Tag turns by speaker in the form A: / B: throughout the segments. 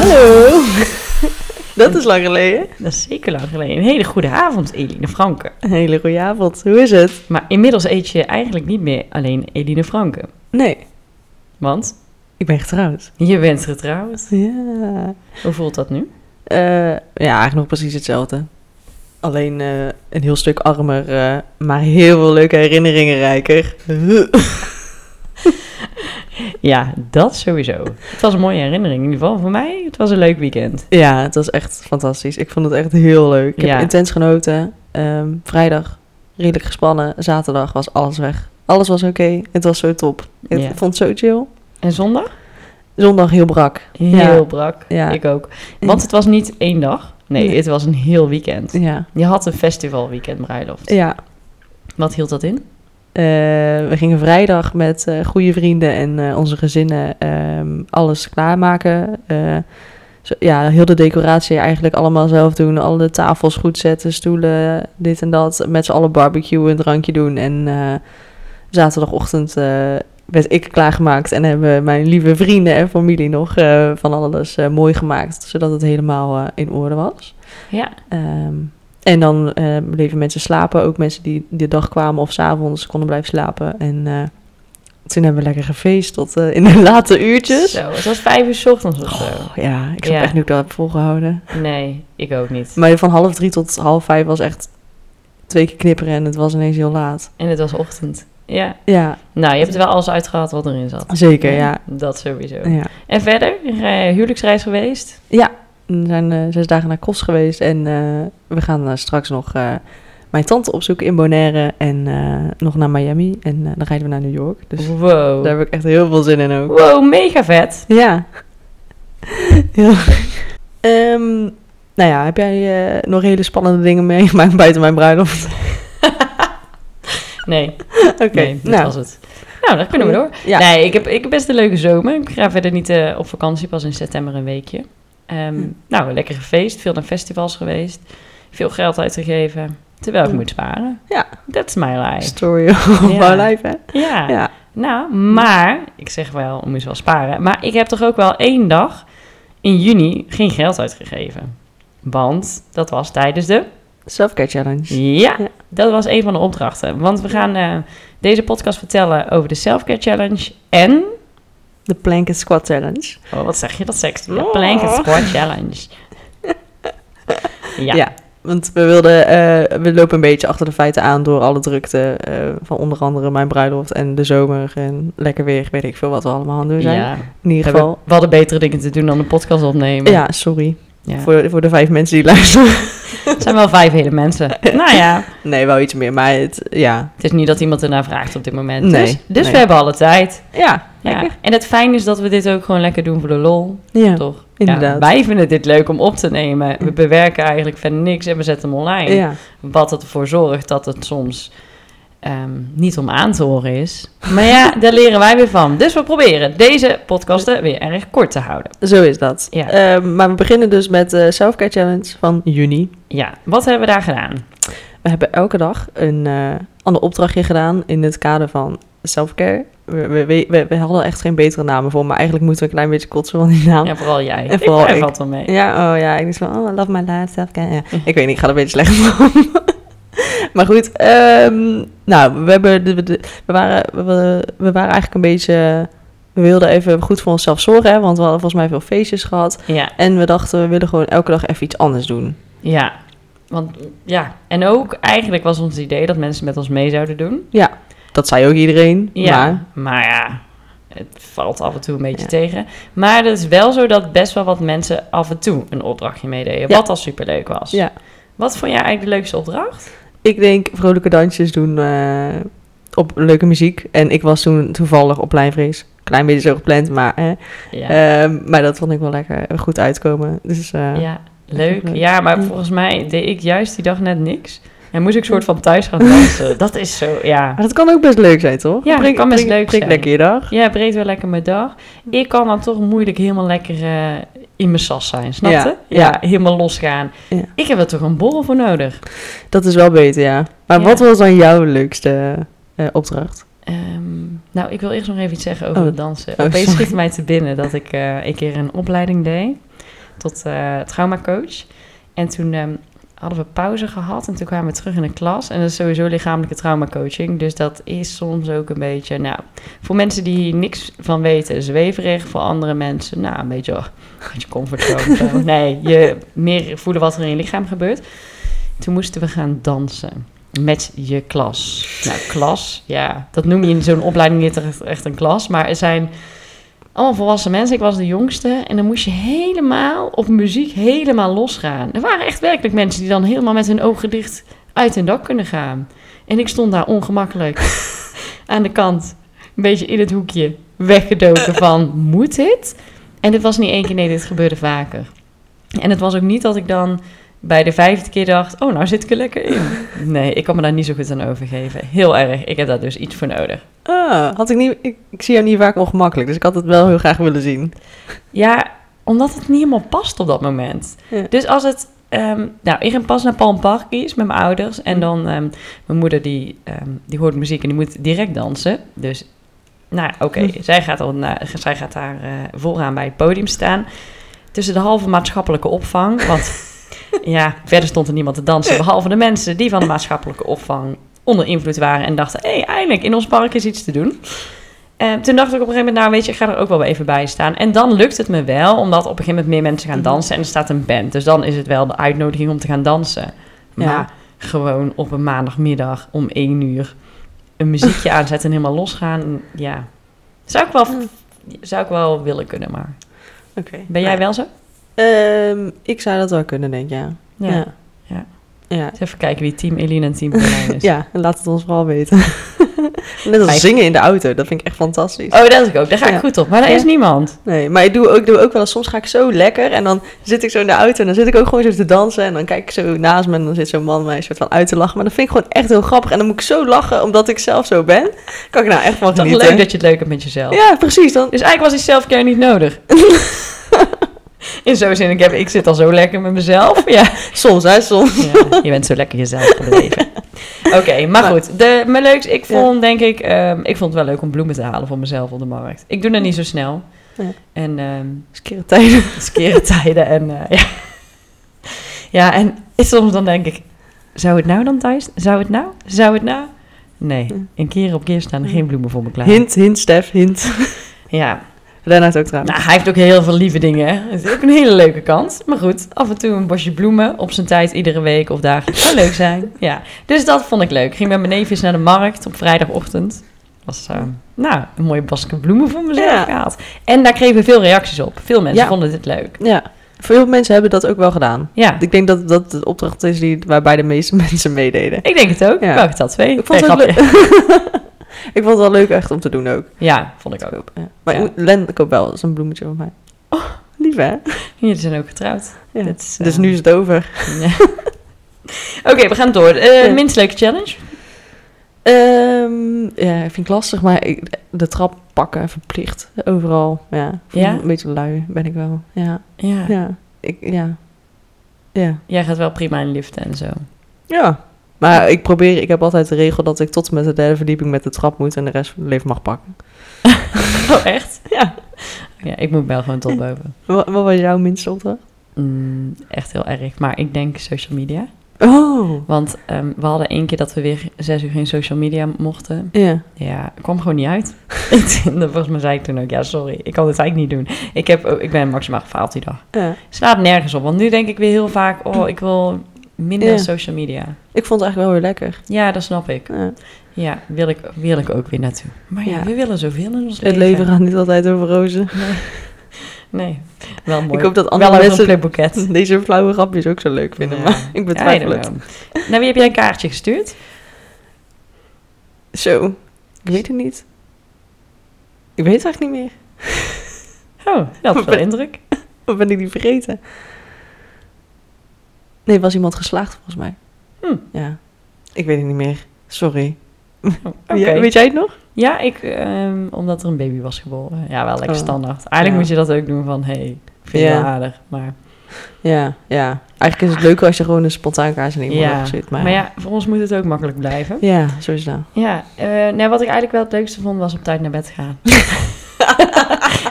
A: Hallo. Dat is lang geleden.
B: Dat is zeker lang geleden. Een hele goede avond, Eline Franke.
A: Een hele goede avond. Hoe is het?
B: Maar inmiddels eet je eigenlijk niet meer alleen Eline Franke.
A: Nee,
B: Want
A: ik ben getrouwd.
B: je bent getrouwd.
A: Ja.
B: Hoe voelt dat nu?
A: Eh, ja, eigenlijk nog precies hetzelfde. Alleen eh, een heel stuk armer, eh, maar heel veel leuke herinneringen rijker.
B: Ja, dat sowieso. Het was een mooie herinnering. In ieder geval voor mij. Het was een leuk weekend.
A: ja, het was echt fantastisch. Ik vond het echt heel leuk. Ik
B: Ja.
A: heb intens genoten. Ehm, vrijdag redelijk gespannen. Zaterdag was alles weg. Alles was oké. Het was zo top. Ik
B: Ja.
A: vond het zo chill.
B: En zondag?
A: Zondag heel brak.
B: Heel brak.
A: Ja.
B: Ik ook. Want het was niet één dag. Nee,
A: Nee.
B: het was een heel weekend.
A: Ja.
B: Je had een festivalweekend bruiloft.
A: Ja,
B: Wat hield dat in?
A: Eh, we gingen vrijdag met eh, goede vrienden en eh, onze gezinnen ehm, alles klaarmaken. Eh, zo- ja, heel de decoratie eigenlijk allemaal zelf doen. Alle tafels goed zetten, stoelen, dit en dat. Met z'n allen barbecue, een drankje doen. En eh, zaterdagochtend eh, werd ik klaargemaakt. En hebben mijn lieve vrienden en familie nog eh, van alles eh, mooi gemaakt. Zodat het helemaal eh, in orde was.
B: Ja.
A: Ehm, en dan eh, bleven mensen slapen. Ook mensen die de dag kwamen of s'avonds konden blijven slapen. En eh, toen hebben we lekker gefeest tot eh, in de late uurtjes.
B: Zo, het was vijf uur 's ochtends of zo.
A: Oh, ja, ik snap
B: Ja.
A: echt niet hoe ik dat heb volgehouden.
B: Nee, ik ook niet.
A: Maar van half drie tot half vijf was echt twee keer knipperen en het was ineens heel laat.
B: En het was ochtend. Ja.
A: Ja,
B: Nou, je hebt er wel alles uitgehaald wat erin zat.
A: zeker, ja.
B: Dat sowieso.
A: ja.
B: En verder, eh, huwelijksreis geweest.
A: We zijn eh, zes dagen naar Kos geweest en eh, we gaan eh, straks nog eh, mijn tante opzoeken in Bonaire en eh, nog naar Miami. En eh, dan rijden we naar New York. Dus
B: Oh. Wow.
A: daar heb ik echt heel veel zin in ook.
B: Wow, mega vet.
A: Ja. Heel. Ehm, nou ja, heb jij eh, nog hele spannende dingen meegemaakt buiten mijn bruiloft?
B: Nee,
A: Oké,
B: nee, dat
A: nou.
B: was het. Nou, daar kunnen we door.
A: Ja.
B: Nee, ik heb, ik heb best een leuke zomer. Ik ga verder niet eh, op vakantie, pas in september een weekje. Ehm,
A: Hmm.
B: Nou, lekker gefeest, veel naar festivals geweest, veel geld uitgegeven, terwijl ik
A: Hmm.
B: moet sparen.
A: Ja.
B: That's my life.
A: Story of
B: Ja.
A: our life, hè?
B: Ja.
A: Ja.
B: Nou, maar, ik zeg wel, moet je wel sparen. Maar ik heb toch ook wel één dag in juni geen geld uitgegeven. Want dat was tijdens de...
A: Self-care challenge.
B: Ja,
A: Ja.
B: dat was een van de opdrachten. Want we gaan eh, deze podcast vertellen over de Selfcare Challenge en...
A: De plank and squat challenge.
B: Oh, wat zeg je dat seks? De
A: Oh.
B: Plank and Squat Challenge. ja.
A: Ja. Want we wilden, eh, we lopen een beetje achter de feiten aan door alle drukte eh, van onder andere mijn bruiloft en de zomer en lekker weer, weet ik veel wat we allemaal aan het doen zijn.
B: Ja.
A: In ieder
B: Hebben-
A: geval.
B: We hadden betere dingen te doen dan een podcast opnemen.
A: Ja, sorry
B: Ja.
A: Voor, voor de vijf mensen die luisteren.
B: Het zijn wel vijf hele mensen. nou ja,
A: Nee, wel iets meer, maar het, ja.
B: het is niet dat iemand ernaar vraagt op dit moment.
A: Nee,
B: dus dus
A: nee.
B: we hebben alle tijd.
A: Ja,
B: Ja.
A: lekker.
B: En het fijn is dat we dit ook gewoon lekker doen voor de lol,
A: Ja,
B: toch? Ja,
A: inderdaad.
B: wij vinden dit leuk om op te nemen. We bewerken eigenlijk verder niks en we zetten hem online.
A: Ja,
B: Wat ervoor zorgt dat het soms ehm, niet om aan te horen is. Maar ja, daar leren wij weer van. Dus we proberen deze podcasten weer erg kort te houden.
A: zo is dat.
B: Ja.
A: Ehm, maar we beginnen dus met de Selfcare Challenge van juni.
B: Ja, wat hebben we daar gedaan?
A: We hebben elke dag een eh, ander opdrachtje gedaan in het kader van selfcare. We, we, we, we- we hadden echt geen betere namen voor, maar eigenlijk moeten we een klein beetje kotsen van die naam. Ja,
B: Ja, vooral jij.
A: Nou, En vooral
B: ik
A: ik.
B: valt wel mee.
A: oh ja, ik dacht van, oh, I love my life, selfcare.
B: Mhm.
A: Ja. Ik weet niet, ik ga er een beetje slecht van. maar goed, ehm, nou, we, hebben de- de- we, waren, we, we waren eigenlijk een beetje... We wilden even goed voor onszelf zorgen, hè, want we hadden volgens mij veel feestjes gehad.
B: Ja,
A: En we dachten, we willen gewoon elke dag even iets anders doen.
B: ja. Want ja, en ook eigenlijk was ons idee dat mensen met ons mee zouden doen.
A: Dat zei ook iedereen.
B: Ja,
A: Maar
B: maar, ja, het valt af en toe een beetje
A: Ja.
B: tegen. Maar het is wel zo dat best wel wat mensen af en toe een opdrachtje meededen.
A: Ja.
B: Wat al superleuk was.
A: Ja.
B: Wat vond jij eigenlijk de leukste opdracht?
A: ik denk vrolijke dansjes doen eh, op leuke muziek. En ik was toen toevallig op pleinvrees. Klein beetje zo gepland, maar, hè.
B: Ja,
A: Ehm, maar dat vond ik wel lekker goed uitkomen. Dus eh,
B: ja leuk.
A: leuk.
B: Ja, maar
A: Ja.
B: volgens mij deed ik juist die dag net niks. En moest ik soort van thuis gaan dansen. dat is zo, ja.
A: maar dat kan ook best leuk zijn, toch?
B: Ja, dat kan best leuk
A: prik
B: zijn.
A: lekker je dag.
B: Ja, breed wel lekker mijn dag. Ik kan dan toch moeilijk helemaal lekker eh, in mijn sas zijn, snap je?
A: Ja,
B: Ja,
A: ja.
B: helemaal losgaan.
A: Ja.
B: Ik heb er toch een borrel voor nodig.
A: Dat is wel beter, ja. Maar
B: Ja.
A: wat was dan jouw leukste eh, opdracht?
B: Ehm, nou, ik wil eerst nog even iets zeggen over
A: Oh.
B: het dansen.
A: Oh,
B: Opeens
A: sorry.
B: schiet mij te binnen dat ik eh, een keer een opleiding deed. tot eh traumacoach. En toen ehm, hadden we pauze gehad en toen kwamen we terug in de klas. En dat is sowieso lichamelijke traumacoaching. Dus dat is soms ook een beetje, nou, voor mensen die hier niks van weten, zweverig. Voor andere mensen, nou, een beetje oh, uit je comfortzone. nee, je meer voelen wat er in je lichaam gebeurt. Toen moesten we gaan dansen. Met je klas. Nou, klas, ja. Dat noem je in zo'n opleiding niet echt- echt een klas. Maar er zijn allemaal volwassen mensen. Ik was de jongste. En dan moest je helemaal op muziek helemaal losgaan. Er waren echt werkelijk mensen die dan helemaal met hun ogen dicht uit hun dak kunnen gaan. En ik stond daar ongemakkelijk aan de kant. Een beetje in het hoekje. Weggedoken van, moet dit? En dit was niet één keer, nee, dit gebeurde vaker. En het was ook niet dat ik dan bij de vijfde keer dacht... oh, nou zit ik er lekker in. Nee, ik kan me daar niet zo goed aan overgeven. Heel erg. Ik heb daar dus iets voor nodig.
A: Ah, had ik, niet, ik, ik zie jou niet vaak ongemakkelijk, dus ik had het wel heel graag willen zien.
B: Ja, omdat het niet helemaal past op dat moment.
A: Ja.
B: Dus als het... ehm, nou, ik ging pas naar Palm Park is met mijn ouders. En dan ehm, mijn moeder, die, ehm, die hoort muziek en die moet direct dansen. Dus, nou oké, zij, gaat al naar- zij gaat daar eh, vooraan bij het podium staan. Tussen de halve maatschappelijke opvang. Want ja, verder stond er niemand te dansen. Behalve de mensen die van de maatschappelijke opvang onder invloed waren. En dachten, hé, hey, eindelijk, in ons park is iets te doen. Eh, toen dacht ik op een gegeven moment, nou weet je, ik ga er ook wel even bij staan. En dan lukt het me wel, omdat op een gegeven moment meer mensen
A: Mhm.
B: gaan dansen en er staat een band. Dus dan is het wel de uitnodiging om te gaan dansen. Maar
A: Ja.
B: gewoon op een maandagmiddag om één uur een muziekje aanzetten en helemaal losgaan. Ja, zou ik wel, zou ik wel willen kunnen, maar
A: Oké. Nou,
B: ben jij wel zo?
A: Ehm, ik zou dat wel kunnen, denk ik, ja. Ja.
B: Ja.
A: Ja.
B: Eens even kijken wie team Eline en team Carlijn is.
A: Ja, en laat het ons vooral weten. Net als
B: Maar ik-
A: zingen in de auto, dat vind ik echt fantastisch.
B: Oh, dat is ik ook. Daar ga ik
A: Ja.
B: goed op. Maar daar
A: Ja.
B: is niemand.
A: Nee, maar ik doe, ook, ik doe ook wel eens, soms ga ik zo lekker en dan zit ik zo in de auto en dan zit ik ook gewoon zo te dansen en dan kijk ik zo naast me en dan zit zo'n man mij een soort van uit te lachen. Maar dat vind ik gewoon echt heel grappig en dan moet ik zo lachen omdat ik zelf zo ben. Kan ik nou echt van
B: Toch
A: genieten.
B: leuk dat je het leuk hebt met jezelf.
A: Ja, precies. Dan,
B: Dus eigenlijk was die selfcare niet nodig. In zo'n zin, ik, heb, ik zit al zo lekker met mezelf. Ja,
A: soms, hè, soms.
B: ja je bent zo lekker jezelf gebleven. Oké, maar goed. De, mijn leuks, ik vond denk ik... ehm, ik vond het wel leuk om bloemen te halen voor mezelf op de markt. Ik doe dat niet zo snel.
A: Nee.
B: En ehm
A: Skere tijden.
B: skere tijden en... eh, ja. ja, en soms dan denk ik... Zou het nou dan, Thijs? Zou het nou? Zou het nou? Nee, een keer op keer staan er geen bloemen voor me klaar.
A: Hint, hint, Stef, hint.
B: Ja,
A: Lennart ook trouwens.
B: Nou, hij heeft ook heel veel lieve dingen. hè. Het is ook een hele leuke kant. Maar goed, af en toe een bosje bloemen op zijn tijd, iedere week of dagelijks. Zou leuk zijn. Ja, dus dat vond ik leuk. Ik ging met mijn neefjes naar de markt op vrijdagochtend. Was, eh, nou, een mooie basket bloemen voor mezelf
A: Ja.
B: gehaald. En daar kregen we veel reacties op. Veel mensen
A: Ja.
B: vonden dit leuk.
A: Ja, veel mensen hebben dat ook wel gedaan.
B: Nou. Ja,
A: Ik denk dat dat de opdracht is die, waarbij de meeste mensen meededen.
B: ik denk het ook.
A: Ja.
B: Ik wou getal twee.
A: Ik vond,
B: Nee,
A: het ook
B: grapje.
A: leuk. ik vond het wel leuk echt om te doen ook.
B: Ja, vond ik ook.
A: Ja. Maar
B: Ja.
A: ik moet- Len koopt wel eens een bloemetje van mij. Oh, lief hè?
B: Jullie zijn ook getrouwd.
A: Ja.
B: Dit is, eh,
A: Dus nu is het over.
B: ja. Oké, we gaan door. Eh,
A: Ja.
B: Minst leuke challenge?
A: Ehm, ja, ik vind het lastig, maar ik- de trap pakken verplicht. Overal, ja. Ik voel
B: Ja?
A: me Een beetje lui ben ik wel. Ja,
B: Ja.
A: ja. Ik, ja. Ja.
B: Jij gaat wel prima in liften en zo.
A: ja. Maar ik probeer, ik heb altijd de regel dat ik tot en met de derde verdieping met de trap moet en de rest van het leven mag pakken.
B: Oh, echt?
A: Ja.
B: Ja, ik moet wel gewoon tot boven.
A: Wa- Wat, was jouw minste opdracht?
B: Mm, echt heel erg. Maar ik denk social media.
A: Oh.
B: Want ehm, we hadden één keer dat we weer zes uur geen social media mochten.
A: Ja.
B: Ja, ik kwam gewoon niet uit. Dat Volgens mij zei ik toen ook, ja, sorry, ik kan dit eigenlijk niet doen. Ik, heb, ook- ik ben maximaal gefaald die dag.
A: ja.
B: Slaat nergens op, want nu denk ik weer heel vaak, oh, ik wil minder
A: Ja.
B: social media.
A: Ik vond het eigenlijk wel weer lekker.
B: Ja, dat snap ik.
A: Ja.
B: Ja, wil ik, wil ik ook weer naartoe. Maar ja,
A: Ja.
B: we willen zoveel in ons
A: Het
B: leven.
A: leven gaat niet altijd over rozen.
B: Nee. nee, wel mooi.
A: Ik hoop dat
B: wel
A: andere
B: over
A: mensen
B: een playboeket.
A: deze flauwe grapjes ook zo leuk vinden,
B: Ja.
A: maar ik
B: Ja,
A: betwijfel het.
B: Nou, wie heb jij een kaartje gestuurd?
A: Zo, ik weet het niet. Ik weet het eigenlijk niet meer.
B: Oh, dat had veel
A: Ben-
B: indruk.
A: Of ben ik die vergeten? Nee, er was iemand geslaagd volgens mij.
B: Hm.
A: Ja, ik weet het niet meer. Sorry.
B: Oh,
A: Weet jij-
B: oké.
A: Weet jij het nog?
B: Ja, ik, ehm, omdat er een baby was geboren. Ja, wel lekker
A: Oh.
B: standaard. Eigenlijk
A: Ja.
B: moet je dat ook doen van, hey, ik vind je
A: Ja.
B: wel aardig. Maar,
A: Ja, ja. Eigenlijk is het leuker als je gewoon een spontaan kaars in iemand
B: ja.
A: ja. zit. Maar,
B: maar ja, voor ons moet het ook makkelijk blijven.
A: ja, zo is het nou.
B: Ja, eh, nee, wat ik eigenlijk wel het leukste vond was op tijd naar bed gaan.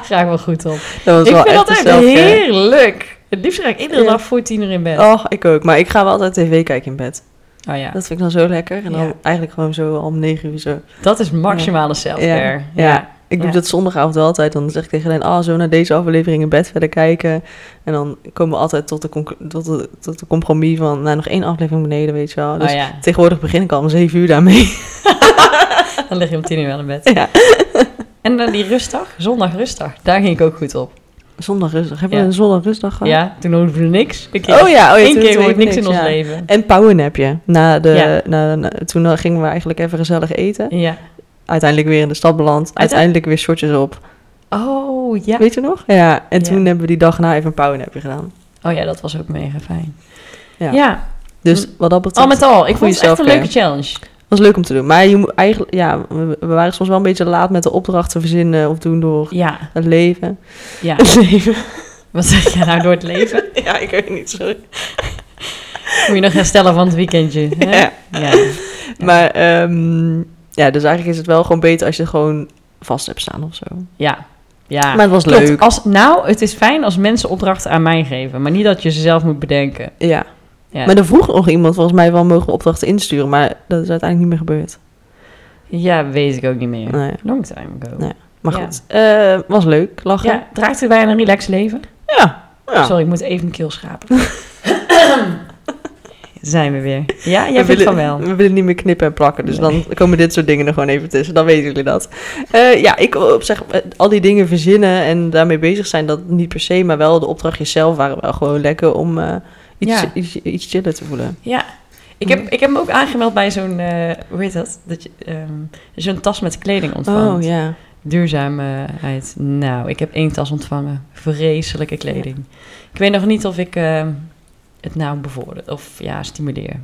B: Graag wel goed op.
A: Dat was
B: ik
A: wel
B: vind
A: echt
B: dat echt
A: een selfcare.
B: heerlijk. Het liefst ga ik iedere
A: Ja.
B: dag voor tien uur in bed.
A: Oh, ik ook. Maar ik ga wel altijd tv kijken in bed.
B: Oh ja,
A: Dat vind ik dan zo lekker. En dan
B: Ja.
A: eigenlijk gewoon zo om negen uur zo.
B: dat is maximale self-care.
A: Ja.
B: Ja.
A: Ik doe
B: Ja.
A: dat zondagavond wel altijd. Dan zeg ik tegen hen, ah, zo naar deze aflevering in bed verder kijken. En dan komen we altijd tot de, conc- tot de, tot de compromis van, nou, nog één aflevering beneden, weet je wel. Dus
B: Oh ja,
A: tegenwoordig begin ik al om zeven uur daarmee.
B: dan lig je om tien uur wel in bed.
A: ja.
B: En dan die rustdag, zondag rustdag, daar ging ik ook goed op.
A: Zondag rustdag. Hebben
B: Ja.
A: we een zondag rustdag gehad?
B: Ja, toen hoefde we niks. Een keer,
A: Oh ja, oh ja.
B: één
A: toen
B: keer
A: hoefde
B: hoort
A: we
B: niks in ons
A: ja.
B: leven.
A: En powernapje. Na de,
B: Ja.
A: na, na- toen gingen we eigenlijk even gezellig eten.
B: Ja.
A: Uiteindelijk weer in de stad beland. Uiteindelijk weer shortjes op.
B: Oh ja.
A: Weet je nog? Ja. En
B: Ja.
A: toen hebben we die dag na even een powernapje gedaan.
B: Oh ja, dat was ook mega fijn.
A: Ja.
B: Ja.
A: Dus wat dat betreft...
B: Mm. Al met al, ik
A: Goeie
B: vond het echt een
A: selfcare.
B: leuke challenge.
A: was leuk om te doen. Maar je moet eigenlijk, ja, we, we waren soms wel een beetje laat met de opdrachten verzinnen of doen door
B: Ja,
A: het leven.
B: ja.
A: Het leven.
B: Wat zeg jij nou door het leven?
A: ja, ik weet niet, sorry.
B: Moet je nog herstellen van het weekendje. Hè?
A: Ja.
B: ja.
A: Maar ehm, ja, dus eigenlijk is het wel gewoon beter als je het gewoon vast hebt staan of zo.
B: Ja. ja.
A: Maar het was
B: Klopt.
A: leuk.
B: Als, nou, het is fijn als mensen opdrachten aan mij geven, maar niet dat je ze zelf moet bedenken.
A: Ja.
B: Ja.
A: Maar er vroeg nog iemand volgens mij wel mogen we opdrachten insturen, maar dat is uiteindelijk niet meer gebeurd.
B: Ja, weet ik ook niet meer.
A: Nee.
B: Long time ago.
A: Nee. Maar
B: Ja.
A: goed, eh, was leuk, lachen.
B: Ja, draagt het bij aan een relaxed leven?
A: ja. ja.
B: Sorry, ik moet even mijn keel schrapen. Zijn we weer. Ja, jij
A: we
B: vindt
A: willen,
B: van wel.
A: We willen niet meer knippen en plakken, dus
B: Nee.
A: dan komen dit soort dingen er gewoon even tussen. Dan weten jullie dat. Eh, ja, ik wil op zich eh, al die dingen verzinnen en daarmee bezig zijn, dat niet per se, maar wel de opdrachtjes zelf waren wel gewoon lekker om eh, iets,
B: Ja.
A: iets, iets chiller te voelen.
B: Ja. Ik heb, ik heb me ook aangemeld bij zo'n, eh, hoe heet dat? dat je, ehm, zo'n tas met kleding ontvangt.
A: Oh ja.
B: Duurzaamheid. Nou, ik heb één tas ontvangen. Vreselijke kleding. Ik weet nog niet of ik eh, het nou bevorder of ja, stimuleer.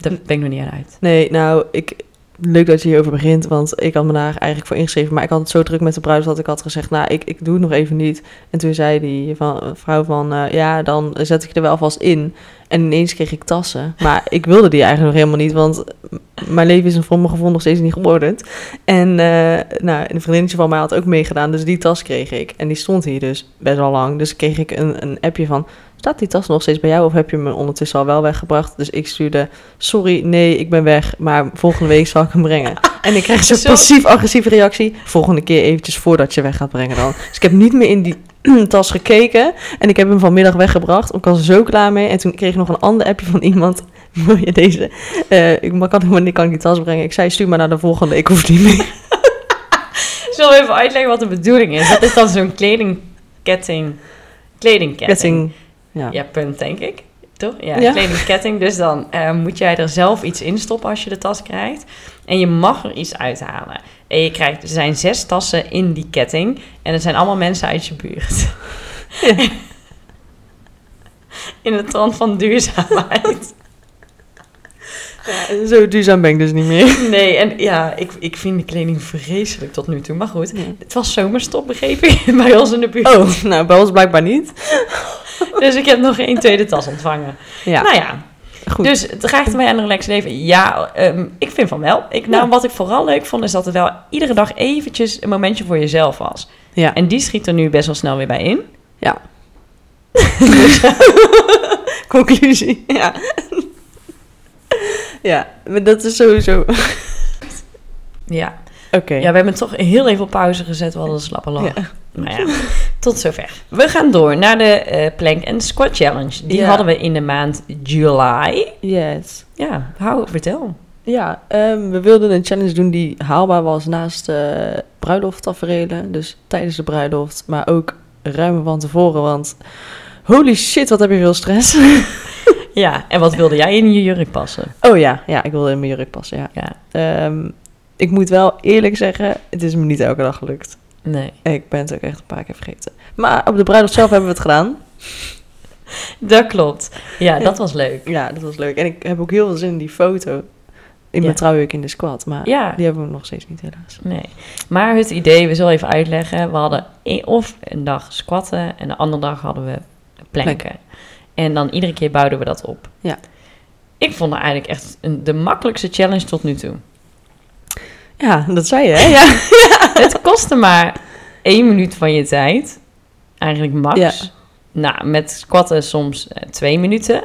B: Daar ben ik nog niet aan uit.
A: Nee, nou, ik, leuk dat je hierover begint, want ik had me daar eigenlijk voor ingeschreven, maar ik had het zo druk met de bruiloft dat ik had gezegd, nou, ik, ik doe het nog even niet. En toen zei die van, vrouw van, eh, ja, dan zet ik er wel vast in. En ineens kreeg ik tassen, maar ik wilde die eigenlijk nog helemaal niet, want m- mijn leven is voor mijn gevoel nog steeds niet geordend. En eh, nou, een vriendinnetje van mij had ook meegedaan, dus die tas kreeg ik. En die stond hier dus best wel lang, dus kreeg ik een, een appje van, staat die tas nog steeds bij jou of heb je me ondertussen al wel weggebracht? Dus ik stuurde, sorry, nee, ik ben weg, maar volgende week zal ik hem brengen. En ik kreeg zo'n
B: Zo-
A: passief-agressieve reactie, volgende keer eventjes voordat je weg gaat brengen dan. Dus ik heb niet meer in die tas gekeken en ik heb hem vanmiddag weggebracht. Ik was er zo klaar mee en toen kreeg ik nog een ander appje van iemand, wil je deze? Eh, ik maar kan, wanneer kan ik die tas brengen? Ik zei, stuur maar naar de volgende, ik hoef die meer.
B: Zullen we even uitleggen wat de bedoeling is? Dat is dan zo'n kledingketting. Kledingketting.
A: Ketting, ja.
B: Ja, punt denk ik. Toch? Ja,
A: Ja.
B: kledingketting. Dus dan eh, moet jij er zelf iets in stoppen als je de tas krijgt. En je mag er iets uithalen. En je krijgt, er zijn zes tassen in die ketting. En het zijn allemaal mensen uit je buurt.
A: Ja.
B: in de trant van duurzaamheid.
A: Zo duurzaam ben ik dus niet meer.
B: Nee, en ja, ik, ik vind de kleding vreselijk tot nu toe. Maar goed,
A: Nee.
B: het was zomerstop, begreep ik, bij ons in de buurt.
A: Oh, nou, bij ons blijkbaar niet.
B: Dus ik heb nog geen tweede tas ontvangen.
A: Ja,
B: Nou ja,
A: goed.
B: Dus het draagt mij aan een relaxed leven. Ja, ehm, ik vind van wel. Ik, nou,
A: Ja.
B: Wat ik vooral leuk vond, is dat er wel iedere dag eventjes een momentje voor jezelf was.
A: ja.
B: En die schiet er nu best wel snel weer bij in.
A: Conclusie, ja. ja, maar dat is sowieso... Oké.
B: Ja. ja, we hebben toch heel even op pauze gezet. We hadden een slappe lach.
A: Ja.
B: Maar ja, tot zover. We gaan door naar de eh, plank en squat challenge. Die
A: Ja.
B: hadden we in de maand juli.
A: Yes.
B: Ja, hou, vertel.
A: Ja, ehm, we wilden een challenge doen die haalbaar was naast eh bruilofttaferelen. Dus tijdens de bruiloft, maar ook ruim van tevoren. Want holy shit, wat heb je veel stress.
B: Ja, en wat wilde jij in je jurk passen?
A: Oh ja, ja, ik wilde in mijn jurk passen, ja.
B: Ja,
A: Ehm, ik moet wel eerlijk zeggen, het is me niet elke dag gelukt.
B: nee.
A: Ik ben het ook echt een paar keer vergeten. Maar op de bruiloft zelf hebben we het gedaan.
B: Dat klopt. Ja, dat was leuk.
A: Ja, dat was leuk. En ik heb ook heel veel zin in die foto. In
B: Ja.
A: mijn trouwjurk in de squad. Maar
B: Ja,
A: die hebben we nog steeds niet helaas.
B: Nee. Maar het idee, we zullen even uitleggen. We hadden e- of een dag squatten en de andere dag hadden we planken. En dan iedere keer bouwden we dat op.
A: Ja.
B: Ik vond het eigenlijk echt een, de makkelijkste challenge tot nu toe.
A: Ja, dat zei je hè? Ja.
B: het kostte maar één minuut van je tijd. Eigenlijk max.
A: Ja.
B: nou, met squatten soms eh, twee minuten.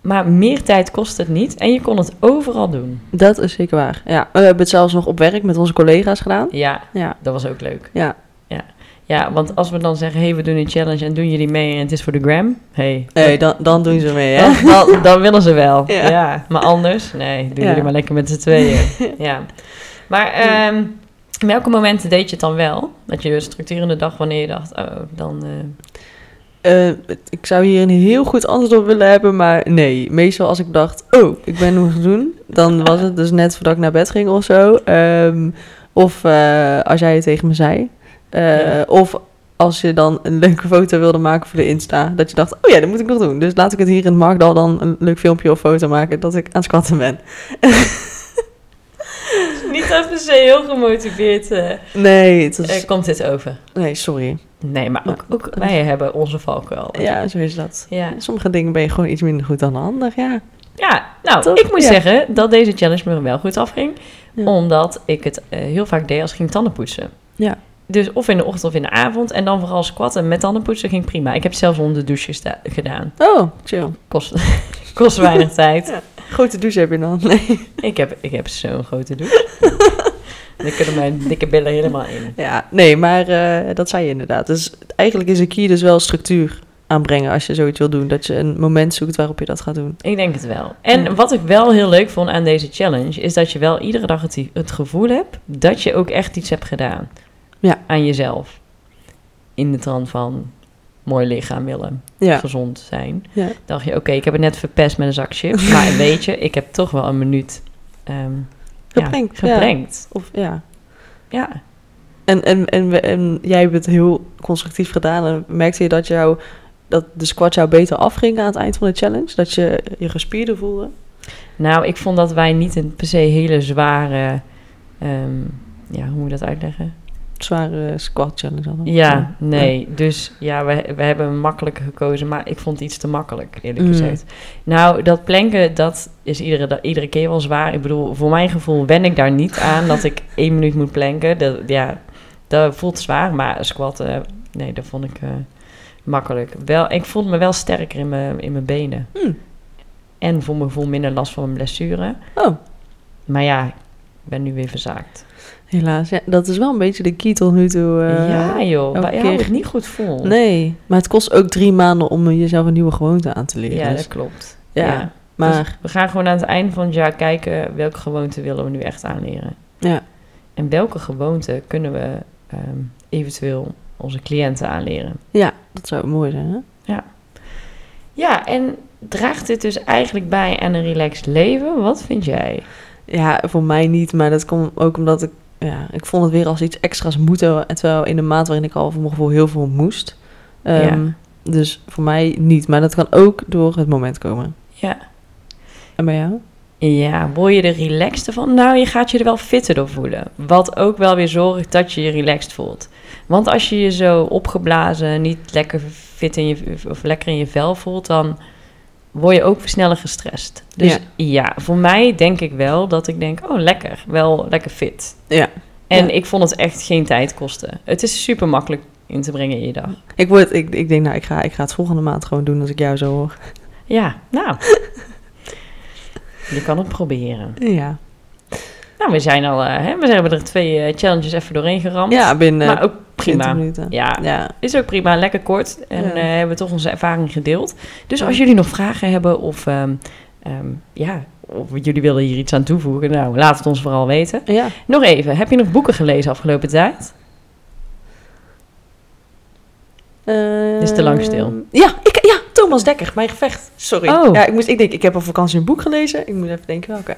B: Maar meer tijd kost het niet. En je kon het overal doen.
A: Dat is zeker waar. Ja, we hebben het zelfs nog op werk met onze collega's gedaan.
B: Ja,
A: Ja.
B: dat was ook leuk.
A: Ja.
B: Ja, ja want als we dan zeggen, hé, hey, we doen een challenge en doen jullie mee en het is voor de gram. Hey,
A: Hey, dan, dan doen ze mee, hè?
B: dan, dan, dan willen ze wel.
A: Eh, Ja.
B: Ja. Maar anders, nee, doen
A: Ja.
B: jullie maar lekker met z'n tweeën. ja. Maar ehm, in welke momenten deed je het dan wel? Dat je de structurende dag, wanneer je dacht, oh, dan... eh,
A: Eh, ik zou hier een heel goed antwoord op willen hebben, maar nee. Meestal als ik dacht, oh, ik ben nog gaan doen, dan was het dus net voordat ik naar bed ging of zo. Ehm, of eh, als jij het tegen me zei. Eh,
B: Ja.
A: Of als je dan een leuke foto wilde maken voor de Insta, dat je dacht, oh ja, dat moet ik nog doen. Dus laat ik het hier in het Markdal dan een leuk filmpje of foto maken dat ik aan het squatten ben.
B: niet even se heel gemotiveerd eh,
A: Nee, het
B: eh,
A: is,
B: komt dit over.
A: nee sorry.
B: Nee, maar ook, ook wij hebben onze valkuil.
A: Ja, zo is dat.
B: Ja,
A: Sommige dingen ben je gewoon iets minder goed dan ander, ja.
B: Ja, nou,
A: Toch?
B: ik moet
A: Ja.
B: zeggen dat deze challenge me wel goed afging.
A: Ja.
B: Omdat ik het eh, heel vaak deed als ik ging tanden poetsen.
A: Ja.
B: Dus of in de ochtend of in de avond. En dan vooral squatten met tanden poetsen ging prima. Ik heb het zelfs onder de douche gesta- gedaan.
A: Oh, chill.
B: Kost, kost weinig tijd.
A: Grote douche heb je dan. Nee.
B: Ik heb, ik heb zo'n grote douche. Dan kunnen mijn dikke billen helemaal in.
A: Ja, nee, maar eh, dat zei je inderdaad. Dus eigenlijk is een key dus wel structuur aanbrengen als je zoiets wil doen. Dat je een moment zoekt waarop je dat gaat doen.
B: Ik denk het wel. En wat ik wel heel leuk vond aan deze challenge... is dat je wel iedere dag het, het gevoel hebt... dat je ook echt iets hebt gedaan.
A: Ja.
B: Aan jezelf. In de trant van... mooi lichaam willen.
A: Ja,
B: Gezond zijn.
A: Ja.
B: dacht je, oké, ik heb het net verpest met een zak chips... maar weet je, ik heb toch wel een minuut... ehm, ja,
A: Geprengd, ja.
B: geprengd.
A: of ja.
B: Ja.
A: En, en, en, we- en jij hebt het heel constructief gedaan. En merkte je dat, jou, dat de squat jou beter afging aan het eind van de challenge? Dat je je gespierden voelde?
B: Nou, ik vond dat wij niet een per se hele zware... ehm, ja, hoe moet je dat uitleggen?
A: Zware squat challenge hadden.
B: Ja, nee. Dus ja, we, we hebben makkelijk gekozen, maar ik vond het iets te makkelijk, eerlijk
A: Mm.
B: gezegd. Nou, dat planken, dat is iedere, da- iedere keer wel zwaar. Ik bedoel, voor mijn gevoel wen ik daar niet aan dat ik één minuut moet planken. Dat, ja, dat voelt zwaar, maar squatten, nee, dat vond ik eh, makkelijk. Wel, ik voelde me wel sterker in mijn, in mijn benen.
A: Mm.
B: En voor mijn gevoel minder last van mijn blessure.
A: Oh,
B: Maar ja, ik ben nu weer verzaakt.
A: helaas. Ja, dat is wel een beetje de key tot nu toe. eh.
B: ja joh,
A: elke
B: wij houden
A: keer-
B: het niet goed vol.
A: Nee, maar het kost ook drie maanden om jezelf een nieuwe gewoonte aan te leren.
B: Ja,
A: Dus-
B: dat klopt.
A: ja,
B: ja.
A: maar
B: Dus we gaan gewoon aan het einde van het jaar kijken welke gewoonte willen we nu echt aanleren.
A: Ja.
B: En welke gewoonte kunnen we ehm, eventueel onze cliënten aanleren.
A: ja, dat zou mooi zijn, hè?
B: Ja, en draagt dit dus eigenlijk bij aan een relaxed leven? Wat vind jij?
A: Ja, voor mij niet, maar dat komt ook omdat ik... Ja, ik vond het weer als iets extra's moeten. en Terwijl in de maand waarin ik al voor mijn gevoel heel veel moest. Ehm, Dus voor mij niet. Maar dat kan ook door het moment komen.
B: Ja.
A: En bij jou?
B: Ja, word je er relaxed van? Nou, je gaat je er wel fitter door voelen. Wat ook wel weer zorgt dat je je relaxed voelt. Want als je je zo opgeblazen, niet lekker fit in je, of lekker in je vel voelt, dan word je ook sneller gestrest. Dus
A: Ja.
B: ja. voor mij denk ik wel dat ik denk, oh lekker, wel lekker fit.
A: Ja.
B: En
A: Ja.
B: ik vond het echt geen tijd kosten. Het is super makkelijk in te brengen in je dag.
A: Ik, word, ik, ik denk, nou, ik ga, ik ga het volgende maand gewoon doen als ik jou zo hoor.
B: Ja, nou. je kan het proberen.
A: Ja.
B: Nou, we zijn al, eh, hè, we hebben er twee eh, challenges even doorheen geramd.
A: Ja, binnen
B: maar ook
A: 20
B: prima.
A: minuten.
B: Ja,
A: Ja.
B: is ook prima. Lekker kort. En
A: Ja.
B: eh, hebben we toch onze ervaring gedeeld. Dus
A: Ja.
B: als jullie nog vragen hebben of, ehm, ehm, ja, of jullie willen hier iets aan toevoegen, nou, laat het ons vooral weten.
A: Ja.
B: Nog even, heb je nog boeken gelezen afgelopen tijd? is te lang stil.
A: Ehm, Ja, ik, ja, Thomas Dekker, mijn gevecht. Sorry.
B: Oh.
A: Ja, ik, moest, ik denk, ik heb op vakantie een boek gelezen. Ik moet even denken welke.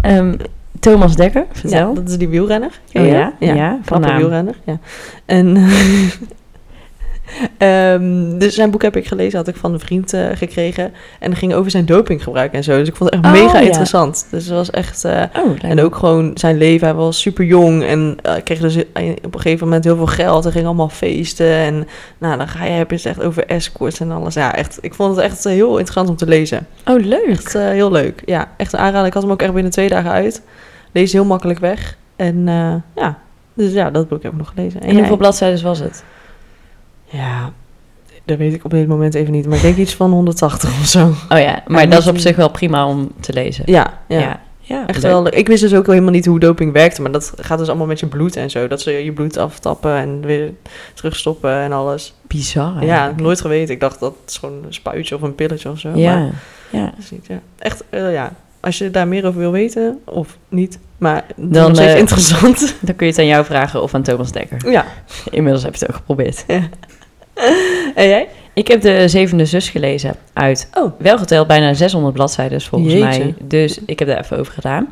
B: Ehm, Thomas Dekker, vertel.
A: Ja, dat is die wielrenner. Ken
B: Oh
A: je
B: ja?
A: dat?
B: Ja, van
A: knappe
B: naam.
A: wielrenner. Ja. En, ehm, dus zijn boek heb ik gelezen, had ik van een vriend eh, gekregen. En dat ging over zijn dopinggebruik en zo. Dus ik vond het echt
B: Oh,
A: mega
B: ja.
A: interessant. Dus het was echt... eh,
B: Oh, leuk.
A: en ook gewoon zijn leven. Hij was super jong en eh, kreeg dus eh, op een gegeven moment heel veel geld. Er ging allemaal feesten. En nou, dan ga je heb je het echt over escorts en alles. Ja, echt. Ik vond het echt eh, heel interessant om te lezen.
B: Oh, leuk.
A: Echt eh, heel leuk. Ja, echt een aanrader. Ik had hem ook echt binnen twee dagen uit. Lees heel makkelijk weg. En eh, ja, dus ja, dat boek heb ik nog gelezen.
B: En hoeveel
A: jij?
B: bladzijden was het?
A: Ja, Dat weet ik op dit moment even niet, maar ik denk iets van 180 of zo.
B: Oh ja, maar
A: En
B: dat is op
A: die-
B: zich wel prima om te lezen.
A: Ja, ja.
B: ja. Ja,
A: Echt
B: leuk.
A: wel. Ik wist dus ook helemaal niet hoe doping werkte, maar dat gaat dus allemaal met je bloed en zo. Dat ze je bloed aftappen en weer terugstoppen en alles.
B: Bizar.
A: Oh ja,
B: eigenlijk.
A: nooit geweten. Ik dacht dat is gewoon een spuitje of een pilletje of zo.
B: Ja,
A: Maar,
B: ja.
A: dat is niet, ja. Echt, eh, ja. Als je daar meer over wil weten, of niet, maar
B: Dan,
A: dan is het
B: eh,
A: interessant.
B: Dan kun je het aan jou vragen of aan Thomas Dekker.
A: ja.
B: Inmiddels heb je het ook geprobeerd.
A: En jij?
B: Ik heb de zevende zus gelezen uit,
A: Oh.
B: wel geteld, bijna 600 bladzijden volgens
A: Jeetje.
B: mij. Dus ik heb daar even over gedaan.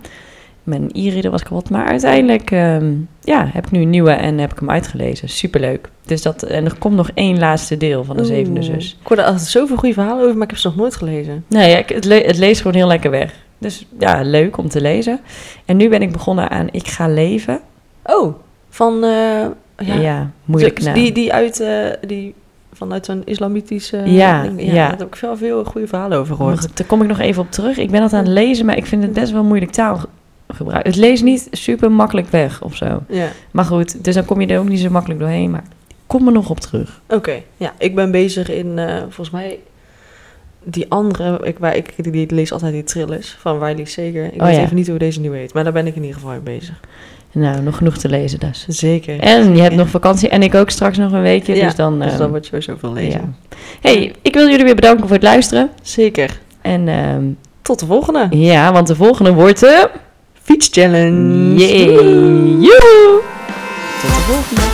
B: Mijn e-reader was kapot, maar uiteindelijk ehm, ja, heb ik nu een nieuwe en heb ik hem uitgelezen. Superleuk. Dus dat, en er komt nog één laatste deel van de zevende
A: Oeh.
B: zus.
A: Ik hoorde altijd zoveel goede verhalen over, maar ik heb ze nog nooit gelezen.
B: Nou ja, ik- het, le- het leest gewoon heel lekker weg. Dus ja, leuk om te lezen. En nu ben ik begonnen aan Ik ga leven.
A: Oh, van... eh,
B: Oh Ja,
A: ja.
B: moeilijk
A: Zo-
B: naam.
A: Die, die uit... eh, die vanuit zo'n islamitische... eh,
B: Ja,
A: ding-
B: ja.
A: Daar heb ik veel, veel goede verhalen over
B: Maar
A: gehoord.
B: goed, daar kom ik nog even op terug. Ik ben dat aan het lezen, maar ik vind het best wel moeilijk taalgebruik. Het leest niet super makkelijk weg of zo.
A: Ja,
B: Maar goed, dus dan kom je er ook niet zo makkelijk doorheen. Maar ik kom er nog op terug.
A: oké. Ja, ik ben bezig in... eh, volgens mij... Die andere, ik, waar ik, die, die lees altijd die thrillers van Wiley Sager. Ik
B: Oh,
A: weet
B: ja.
A: even niet hoe deze nu heet, maar daar ben ik in ieder geval mee bezig.
B: Nou, nog genoeg te lezen dus.
A: Zeker.
B: En je hebt
A: Ja.
B: nog vakantie en ik ook straks nog een weekje.
A: Ja,
B: dus dan...
A: dus
B: ehm,
A: dan wordt sowieso veel lezen.
B: ja. Hey, ik wil jullie weer bedanken voor het luisteren.
A: Zeker.
B: En ehm,
A: Tot de volgende.
B: ja, want de volgende wordt de...
A: Fietschallenge.
B: Yay!
A: Doei.
B: Joehoe!
A: Tot de volgende.